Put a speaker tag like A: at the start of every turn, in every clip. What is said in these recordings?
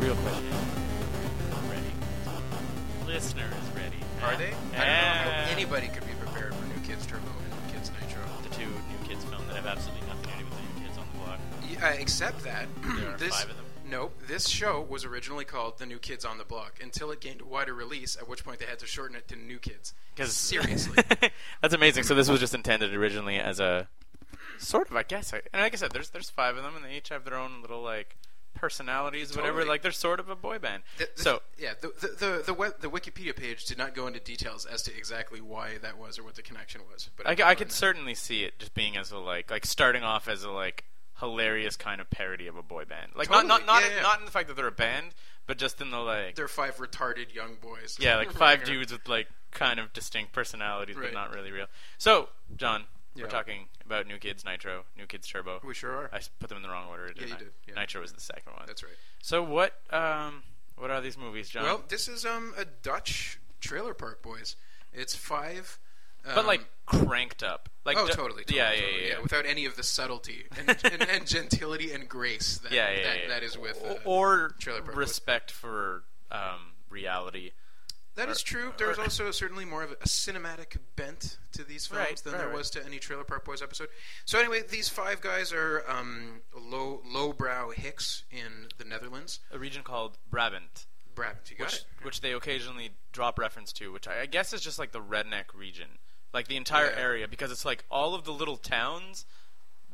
A: Real question. Ready. Listener is ready.
B: Are they? I don't know
A: Yeah.
B: how anybody could be prepared for New Kids Turbo and New Kids Nitro.
A: The two new kids film that have absolutely nothing to do with the new kids on the block.
B: Yeah, uh, except that
A: There are
B: this
A: five of them.
B: nope, this show was originally called The New Kids on the Block until it gained a wider release. At which point they had to shorten it to New Kids.
A: Because
B: seriously,
A: that's amazing. So this was just intended originally as a sort of, I guess. I, and like I said, there's there's five of them, and they each have their own little like personalities, whatever.
B: Totally.
A: Like they're sort of a boy band.
B: The- the-
A: so
B: yeah, the the the, the, web, the Wikipedia page did not go into details as to exactly why that was or what the connection was. But
A: I,
B: I'm
A: c- I
B: going
A: could
B: that.
A: certainly see it just being as a like like starting off as a like hilarious kind of parody of a boy band. Like not not
B: Totally.
A: not
B: Yeah,
A: in,
B: yeah.
A: not in the fact that they're a band, but just in the like
B: they're five retarded young boys.
A: yeah like five dudes with like kind of distinct personalities, but
B: Right.
A: not really real. So John,
B: Yeah.
A: we're talking about New Kids Nitro, New Kids Turbo.
B: We sure are.
A: I s- put them in the wrong order. Didn't
B: you
A: I?
B: did, yeah.
A: Nitro was the second one.
B: That's right.
A: So what? Um, what are these movies, John?
B: Well, this is um a Dutch Trailer Park Boys. It's five. Um,
A: but like cranked up. Like
B: oh,
A: d-
B: totally, totally,
A: yeah, yeah,
B: totally,
A: yeah, yeah.
B: Without any of the subtlety and, and, and gentility and grace that,
A: yeah, yeah,
B: that,
A: yeah.
B: that is with. Uh,
A: or
B: Trailer Park Boys.
A: respect for um, reality.
B: that is true. There's
A: or-
B: also certainly more of a cinematic bent to these films
A: Right,
B: than
A: right,
B: there
A: right.
B: was to any Trailer Park Boys episode. So anyway, these five guys are um, low lowbrow hicks in the Netherlands.
A: A region called Brabant,
B: Brabant, you got
A: which
B: it.
A: which they occasionally drop reference to, which I, I guess is just like the redneck region, like the entire
B: Yeah.
A: area, because it's like all of the little towns.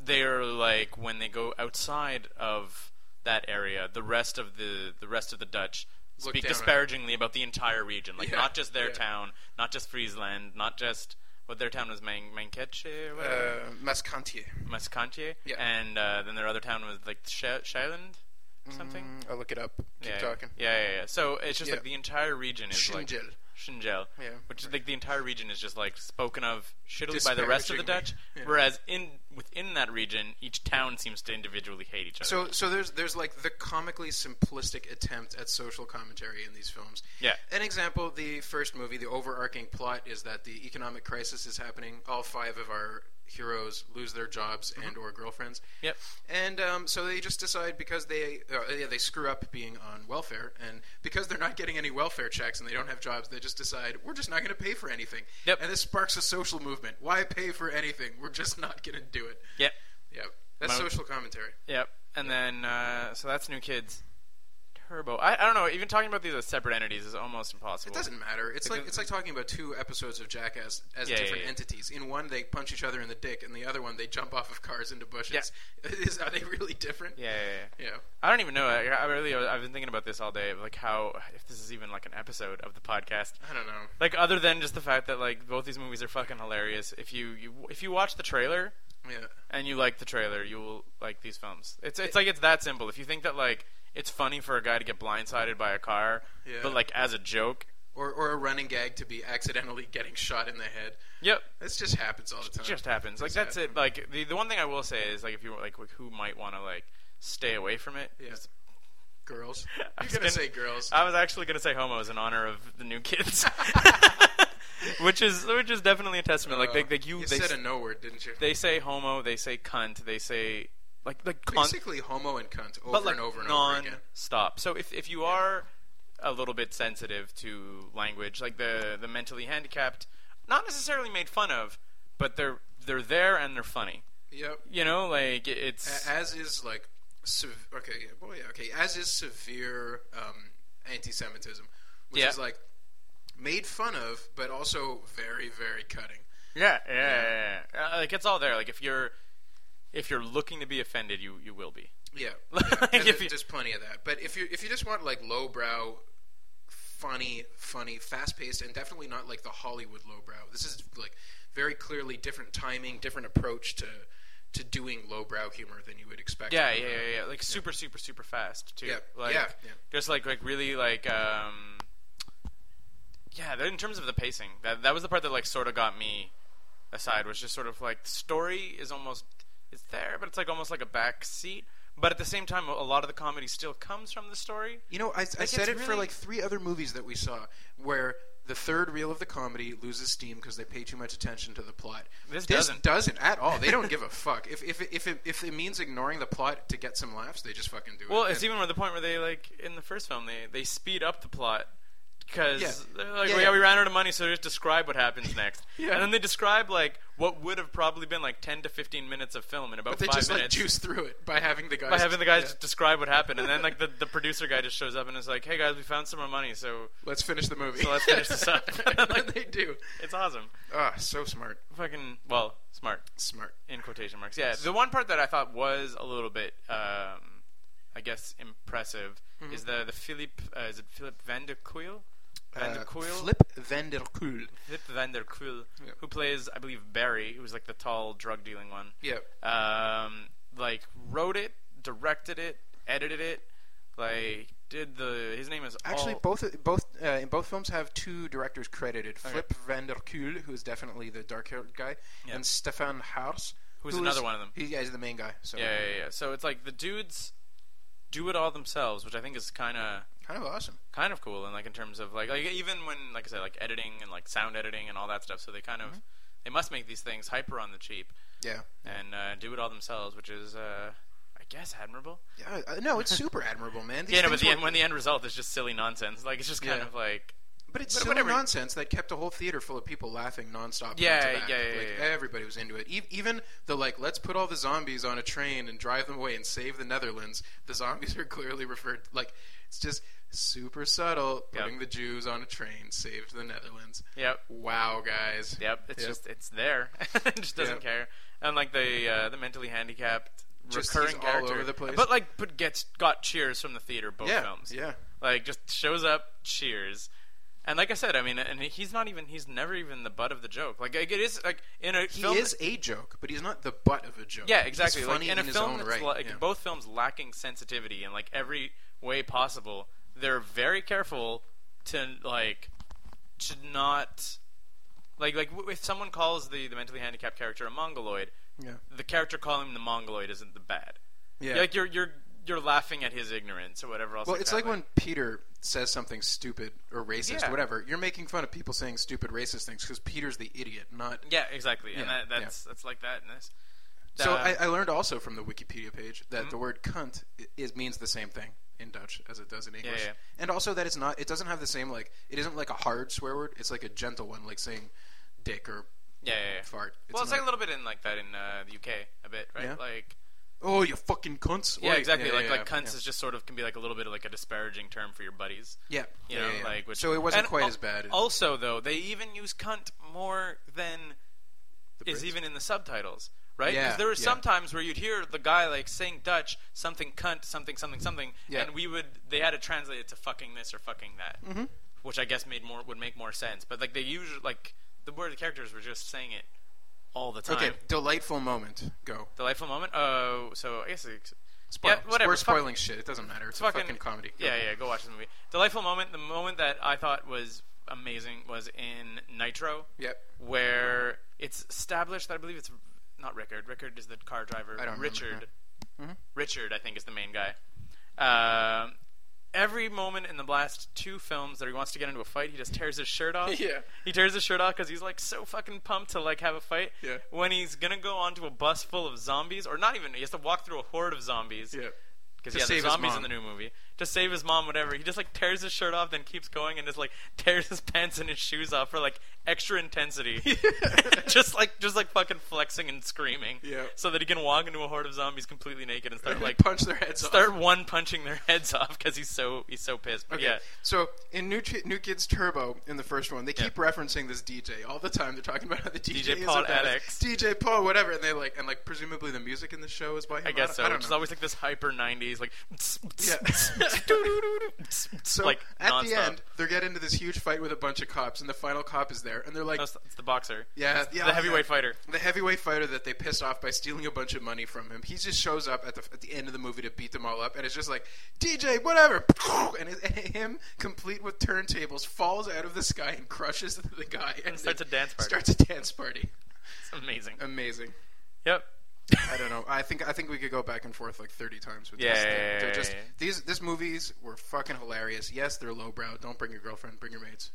A: They're like when they go outside of that area, the rest of the the rest of the Dutch
B: Look
A: speak
B: down on-
A: disparagingly about the entire region, like
B: Yeah,
A: not just their
B: yeah.
A: town, not just Friesland, not just what their town was Mang- Mankeche, whatever.
B: Uh, Mascantier.
A: Mascantje,
B: Yeah.
A: and uh, then their other town was like Sh- Shyland, something.
B: I'll look it up. Keep
A: yeah,
B: talking.
A: Yeah, yeah, yeah. So it's just
B: Yeah.
A: like the entire region is like
B: Shinjil.
A: Shinjel,
B: Yeah,
A: which is like the entire region is just like spoken of shittily by the rest of the
B: Disparagingly.
A: Dutch.
B: Yeah.
A: Whereas in within that region, each town seems to individually hate each other.
B: So, so there's there's like the comically simplistic attempt at social commentary in these films.
A: Yeah.
B: An example: the first movie, the overarching plot is that the economic crisis is happening. All five of our heroes lose their jobs and or girlfriends,
A: Mm-hmm. yep.
B: and um, so they just decide because they uh, yeah, they screw up being on welfare, and because they're not getting any welfare checks and they don't have jobs, they just decide we're just not going to pay for anything.
A: Yep.
B: And this sparks a social movement. Why pay for anything? We're just not going to do it.
A: Yep.
B: Yeah. That's
A: Mo-
B: social commentary.
A: Yep. And then uh, so that's New Kids. Turbo. I, I don't know. Even talking about these as separate entities is almost impossible.
B: It doesn't matter. It's like it's like talking about two episodes of Jackass as
A: Yeah, yeah,
B: different
A: yeah.
B: entities. In one, they punch each other in the dick, and the other one, they jump off of cars into bushes. Is, are they really different?
A: Yeah, yeah, yeah.
B: Yeah.
A: I don't even know. I, I really, I've been thinking about this all day. Like how, if this is even like an episode of the podcast.
B: I don't know.
A: Like other than just the fact that like both these movies are fucking hilarious. If you, you if you watch the trailer
B: Yeah.
A: and you like the trailer, you will like these films. It's it's like it's that simple. If you think that like it's funny for a guy to get blindsided by a car,
B: Yeah.
A: but like as a joke,
B: Or or a running gag to be accidentally getting shot in the head.
A: yep,
B: This just happens all the time.
A: It just happens. Like
B: Just
A: that's it.
B: happen.
A: Like the the one thing I will say is like if you like who might want to like stay away from it.
B: Yeah.
A: is-
B: girls.
A: I
B: You're
A: was
B: gonna
A: gonna-
B: say girls.
A: I was actually going to say homos in honor of the new kids, which is which is definitely a testament. Like they, they you, they,
B: Oh. said a no word, didn't you?
A: they say homo, they say cunt, they say like like cunt,
B: Basically, homo and cunt over
A: but like
B: and over and
A: non
B: over again.
A: stop. So if if you are a little bit sensitive to language, like the the mentally handicapped, not necessarily made fun of, but they're they're there and they're funny.
B: Yep.
A: You know, like it- it's
B: A- as is like sev- okay yeah, well yeah okay as is severe um, anti-semitism which
A: Yeah.
B: is like made fun of but also very very cutting
A: yeah yeah, yeah, yeah. Uh, like it's all there. Like if you're if you're looking to be offended, you you will be.
B: yeah,
A: Like,
B: yeah. And
A: if
B: there-
A: you-
B: there's plenty of that but if you if you just want like lowbrow funny, funny, fast-paced, and definitely not like the Hollywood lowbrow. This is like very clearly different timing, different approach to to doing lowbrow humor than you would expect.
A: Yeah,
B: from,
A: yeah,
B: uh,
A: yeah, yeah. Like super, super, super fast too.
B: Yeah,
A: Like,
B: yeah, yeah.
A: Just like like really like um. Yeah, th- in terms of the pacing, that that was the part that like sort of got me aside. Was just sort of like the story is almost it's there, but it's like almost like a back seat. But at the same time, a a lot of the comedy still comes from the story.
B: You know, I, I
A: it's
B: said it for
A: really-
B: like three other movies that we saw where the third reel of the comedy loses steam because they pay too much attention to the plot.
A: This doesn't.
B: at all. They don't give a fuck. If if if it, if it means ignoring the plot to get some laughs, they just fucking do it.
A: Well, it's
B: And-
A: even at the point where they like in the first film they they speed up the plot because
B: Yeah.
A: they're like,
B: Yeah,
A: well,
B: yeah.
A: yeah, we ran out of money, so just describe what happens next.
B: Yeah.
A: And then they describe like what would have probably been like ten to fifteen minutes of film in about
B: but they
A: five
B: just like
A: minutes.
B: juice through it by having the guys
A: by having the guys
B: yeah.
A: just describe what happened, and then like the, the producer guy just shows up and is like, "Hey guys, we found some more money, so
B: let's finish the movie.
A: So let's finish this up.
B: like they do.
A: it's awesome."
B: Ah, so smart,
A: Fucking well, smart
B: smart.
A: in quotation marks. Yeah, the one part that I thought was a little bit, um, I guess, impressive
B: Hmm.
A: is the the Philippe. Uh, is it Philippe Van der Kuil? Van der
B: Uh,
A: Kuil.
B: Flip Van der Kuhl.
A: Philippe Van der Kuil,
B: Yeah.
A: who plays, I believe, Barry, who's like the tall drug dealing one.
B: Yeah.
A: Um, like wrote it, directed it, edited it, like did the. His name is
B: Actually,
A: all-
B: both both uh, in both films have two directors credited: Flip Van der Kuhl, who is definitely the dark-haired guy,
A: Yeah.
B: and Stefan Haas,
A: Who's
B: who
A: another
B: is-
A: one of them.
B: He, yeah, he's the main guy. So
A: Yeah, yeah, yeah. So it's like the dudes do it all themselves, which I think is kind of
B: kind of awesome.
A: kind of cool and like in terms of like like even when like I said like editing and like sound editing and all that stuff. So they kind of they must make these things hyper on the cheap
B: Mm-hmm. Yeah.
A: and uh, do it all themselves, which is uh, I guess admirable.
B: Yeah, uh, no, it's super admirable, man. These
A: yeah, no, but
B: things
A: the
B: were-
A: end, when the end result is just silly nonsense, like it's just kind
B: Yeah.
A: of like
B: but it's
A: but
B: silly
A: whatever.
B: nonsense that kept a whole theater full of people laughing nonstop. front
A: Yeah,
B: to back.
A: yeah, yeah,
B: like,
A: yeah.
B: Everybody was into it. E- even the like, let's put all the zombies on a train and drive them away and save the Netherlands. The zombies are clearly referred like it's just super subtle.
A: Yep.
B: Putting the Jews on a train saved the Netherlands.
A: yep,
B: Wow, guys.
A: yep. It's
B: Yep.
A: just it's there. it just doesn't
B: Yep.
A: care. And like the uh, the mentally handicapped
B: Just-
A: recurring
B: he's all
A: character,
B: over the place.
A: but like but gets got cheers from the theater both
B: yeah,
A: films.
B: yeah.
A: like just shows up, cheers, and like I said, I mean, and he's not even he's never even the butt of the joke. Like it is like in a
B: He
A: film,
B: is a joke, but he's not the butt of a joke.
A: yeah, exactly.
B: He's
A: Like
B: funny
A: in a
B: his
A: film
B: own
A: that's
B: right.
A: like
B: yeah.
A: both films lacking sensitivity in like every way possible, they're very careful to like to not like like w- if someone calls the the mentally handicapped character a mongoloid,
B: yeah,
A: the character calling him the mongoloid isn't the bad.
B: yeah.
A: Like you're you're you're laughing at his ignorance or whatever else.
B: Well, it's
A: that,
B: like when Peter says something stupid or racist,
A: Yeah.
B: whatever. You're making fun of people saying stupid racist things because Peter's the idiot, not.
A: Yeah, exactly. And
B: Yeah,
A: that, that's that's like that in this.
B: So
A: Uh,
B: I, I learned also from the Mm-hmm. Wikipedia page that the word "cunt" i- is means the same thing in Dutch as it does in English,
A: yeah.
B: and also that it's not. It doesn't have the same like. It isn't like a hard swear word. It's like a gentle one, like saying "dick" or
A: yeah, yeah, yeah.
B: fart.
A: well, it's
B: not-
A: like a little bit in like that in uh, the UK a bit, right?
B: Yeah.
A: Like
B: Oh, you fucking cunts!
A: yeah,
B: Wait,
A: exactly.
B: yeah,
A: like
B: yeah,
A: like
B: yeah.
A: cunts is just sort of can be like a little bit of like a disparaging term for your buddies.
B: Yeah,
A: You
B: yeah,
A: know,
B: yeah, yeah.
A: like which
B: so it wasn't
A: and
B: quite
A: al-
B: as bad. as
A: Also, though, they even use cunt more than
B: the
A: is
B: Brits.
A: even in the subtitles, right? Because
B: Yeah,
A: there were
B: yeah.
A: some times where you'd hear the guy like saying Dutch something cunt something something something,
B: Yeah.
A: and we would they had to translate it to fucking this or fucking that,
B: Mm-hmm.
A: which I guess made more would make more sense. But like they usually like the word the characters were just saying it all the time.
B: okay. Delightful moment. Go.
A: Delightful moment. Oh, so I guess it's,
B: Spoil.
A: yeah, whatever.
B: We're
A: fuck-
B: spoiling shit. It doesn't matter. It's a fucking comedy.
A: Yeah, yeah. Go watch the movie. Delightful moment. The moment that I thought was amazing was in Nitro.
B: Yep.
A: Where it's established that I believe it's not Rickard. Rickard is the car driver.
B: I don't remember, Mm-hmm.
A: Richard. Richard, I think, is the main guy. Um, every moment in the last two films that he wants to get into a fight, he just tears his shirt off.
B: Yeah.
A: He tears his shirt off because he's like so fucking pumped to like have a fight.
B: Yeah.
A: When he's gonna go onto a bus full of zombies, or not even, he has to walk through a horde of zombies.
B: Yeah.
A: Because
B: To
A: yeah, there's
B: save his
A: zombies
B: mom.
A: in the new movie. To save his mom, whatever. He just like tears his shirt off, then keeps going, and just like tears his pants and his shoes off for like extra intensity. just like just like fucking flexing and screaming.
B: Yeah.
A: So that he can walk into a horde of zombies completely naked and start
B: Like
A: like
B: punch their heads
A: start
B: off.
A: one punching their heads off because he's so he's so pissed. But
B: Okay.
A: yeah,
B: So in New Ch- New Kids Turbo, in the first one, they keep referencing this DJ all the time. They're talking about how the
A: DJ
B: DJ, is
A: Paul
B: a badass.
A: Alex.
B: DJ Paul, whatever, and they like and like presumably the music in the show is by him.
A: I
B: don't-
A: guess so.
B: I
A: Which
B: don't
A: is
B: know.
A: always like this hyper '90s like.
B: Yeah. So
A: like
B: at
A: nonstop.
B: the end, they get into this huge fight with a bunch of cops, and the final cop is there, and they're like,
A: That's- it's the boxer.
B: "Yeah, yeah,
A: the heavyweight
B: yeah.
A: fighter.
B: the heavyweight fighter that they pissed off by stealing a bunch of money from him. He just shows up at the at the end of the movie to beat them all up, and it's just like DJ, whatever, and, it, and him complete with turntables falls out of the sky and crushes the guy and
A: starts
B: they-
A: a dance party.
B: Starts a dance party.
A: It's amazing.
B: Amazing.
A: Yep.
B: I don't know. I think I think we could go back and forth like thirty times with
A: Yeah,
B: this.
A: yeah,
B: They're-
A: yeah,
B: they're
A: yeah,
B: just
A: yeah.
B: these these movies were fucking hilarious. Yes, they're lowbrow. Don't bring your girlfriend. Bring your mates.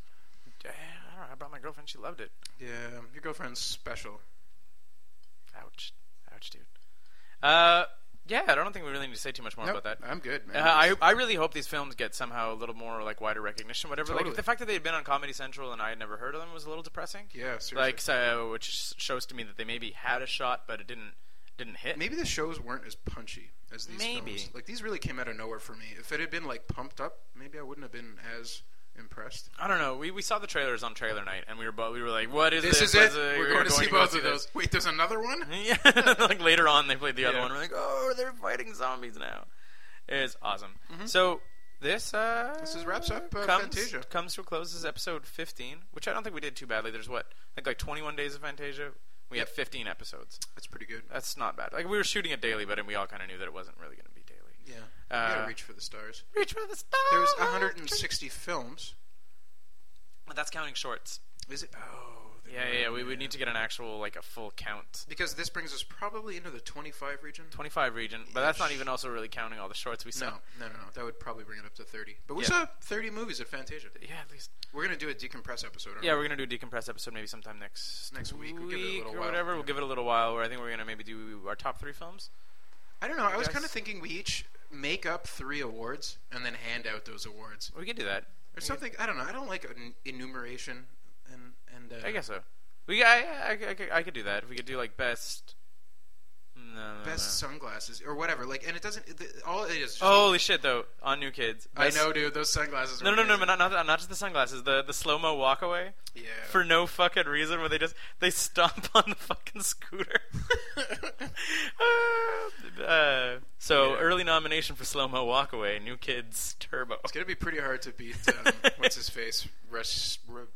A: Yeah, I don't know. I brought my girlfriend. She loved it.
B: Yeah, your girlfriend's special.
A: Ouch. Ouch, dude. Uh, yeah, I don't think we really need to say too much more
B: Nope,
A: about that.
B: I'm good, man.
A: Uh, I I really hope these films get somehow a little more like wider recognition. Whatever,
B: Totally.
A: like the fact that they had been on Comedy Central and I had never heard of them was a little depressing.
B: yeah, seriously.
A: like so, which s- shows to me that they maybe had a shot, but it didn't didn't hit.
B: maybe the shows weren't as punchy as these
A: Maybe.
B: films. Like these really came out of nowhere for me. If it had been like pumped up, maybe I wouldn't have been as impressed.
A: I don't know. We, we saw the trailers on trailer night, and we were both we were like, "What is uh,
B: This,
A: this?
B: is it.
A: What's
B: We're,
A: we're
B: going to see
A: go
B: both of
A: this."
B: those. Wait, there's another one.
A: Yeah, like later on they played the other
B: Yeah.
A: one. We're like, oh, they're fighting zombies now. It's awesome. So this uh,
B: Mm-hmm. This is- wraps up, uh,
A: comes,
B: Fantasia.
A: Comes to a close. This is episode 15, which I don't think we did too badly. There's what like like 21 days of Fantasia. We had
B: Yep.
A: 15 episodes.
B: That's pretty good.
A: That's not bad. Like we were shooting it daily, but we all kind of knew that it wasn't really going to be daily.
B: Yeah,
A: Uh,
B: you gotta reach for the stars.
A: Reach for the stars.
B: There was 160 films.
A: But that's counting shorts.
B: Is it? Oh,
A: Yeah, yeah. yeah. We would need to get an actual like a full count.
B: Because this brings us probably into the 25 region.
A: 25 region, but that's not even also really counting all the shorts we saw.
B: No, no, no, no. That would probably bring it up to 30. But we
A: Yeah.
B: saw 30 movies at Fantasia.
A: Yeah, at least.
B: We're gonna do a decompress episode. aren't
A: Yeah, we're gonna do a decompress episode maybe sometime next
B: Next week, we'll give it a little
A: or
B: while,
A: whatever. We'll
B: yeah.
A: give it a little while. Where I think we're gonna maybe do our top three films.
B: we? I don't know. I was
A: Yes.
B: kind of thinking we each make up three awards and then hand out those awards.
A: We could do that.
B: Or something. I don't know. I don't like an enumeration and and. Uh,
A: I guess so. We I, I, I, could- I could do that. We could do like best. No, no,
B: Best sunglasses or whatever. Like, and it doesn't. It, all it is. Just
A: No. Holy shit, though, on New Kids.
B: I
A: Best-
B: know, dude. Those sunglasses.
A: Oh, No,
B: are
A: no, no, no,
B: amazing.
A: not not, not just the sunglasses. The the slow mo walk away
B: Yeah.
A: for no fucking reason, where they just they stomp on the fucking scooter. uh, so
B: Yeah.
A: early nomination for slow mo walk away, New Kids Turbo.
B: it's gonna be pretty hard to beat. Um, what's his face? Rush. Ru-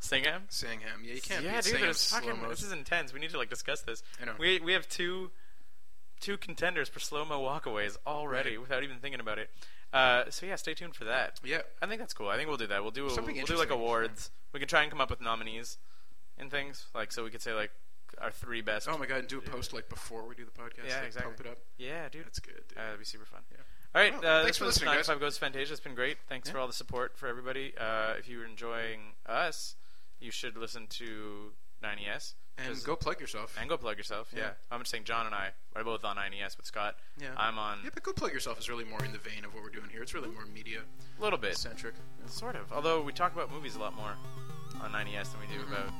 A: Singham.
B: Sangham. Yeah, you can't
A: yeah,
B: beat
A: dude,
B: Sangham
A: there's fucking.
B: slow-mo.
A: This is intense. We need to like discuss this.
B: I know.
A: We we have two two contenders for slow mo walkaways already without even thinking about it. Uh, so yeah, stay tuned for that.
B: Yeah.
A: I think that's cool. I think we'll do that. We'll do a,
B: Something
A: we'll do like
B: interesting.
A: awards. We can try and come up with nominees and things like so we could say like our three best.
B: Oh my god, and do a post like before we do the podcast.
A: Yeah,
B: like,
A: exactly.
B: Pump it up.
A: yeah, dude.
B: That's good. dude.
A: Uh, that'd be super fun.
B: Yeah.
A: All right.
B: Well,
A: uh,
B: Oh, thanks
A: thanks
B: for
A: for listening,
B: listening, guys.
A: 95 Goes Fantasia. It's been great. Thanks for all the support for everybody. Uh, if you're enjoying us, you should listen to 90s.
B: and
A: 'cause-
B: go plug yourself.
A: And go plug yourself. Yeah.
B: Yeah.
A: I'm just saying John and I are both on 9ES with Scott.
B: Yeah.
A: I'm on
B: yeah, but go plug yourself is really more in the vein of what we're doing here. It's really more media
A: a little bit.
B: centric.
A: Sort of. Although we talk about movies a lot more on 9ES than we do about.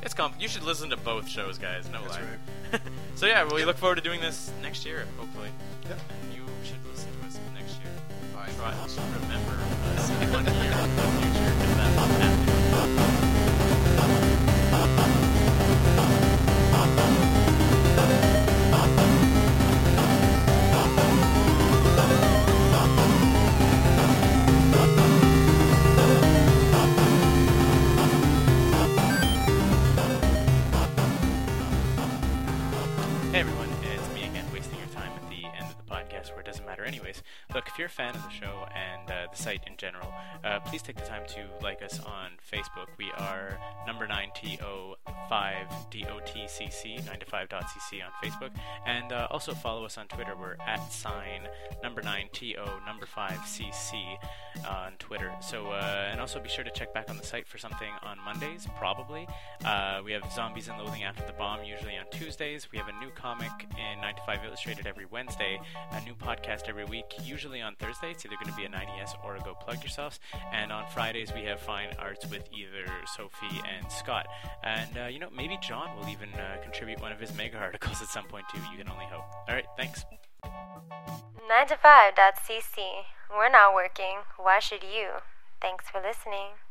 A: It's comp. You should listen to both shows, guys. No
B: Mm-hmm. That's
A: lie. so yeah, we look forward to doing this next year, hopefully.
B: Yeah.
A: And you should listen to us next year.
B: Bye.
A: Try to remember us one year in the future if that happens.
C: Hey everyone, it's me again, wasting your time at the end of the podcast where it doesn't matter, anyways. Look, if you're a fan of the show and uh, the site in general, uh, please take the time to like us on Facebook. We are number 9TO5DOTCC, 9to5.cc on Facebook, and uh, also follow us on Twitter. We're at sign number 9TO number 5CC on Twitter. So, uh, and also be sure to check back on the site for something on Mondays, probably. Uh, we have Zombies and Loathing After the Bomb usually on Tuesdays. We have a new comic in 9 to 5 Illustrated every Wednesday, a new podcast every week, usually on Thursday. It's either going to be a 90s or a Go Plug Yourselves. And on Fridays, we have Fine Arts with either Sophie and Scott. And, uh, you know, maybe John will even uh, contribute one of his mega articles at some point, too. You can only hope. All right, thanks.
D: 9to5.cc. We're not working. Why should you? Thanks for listening.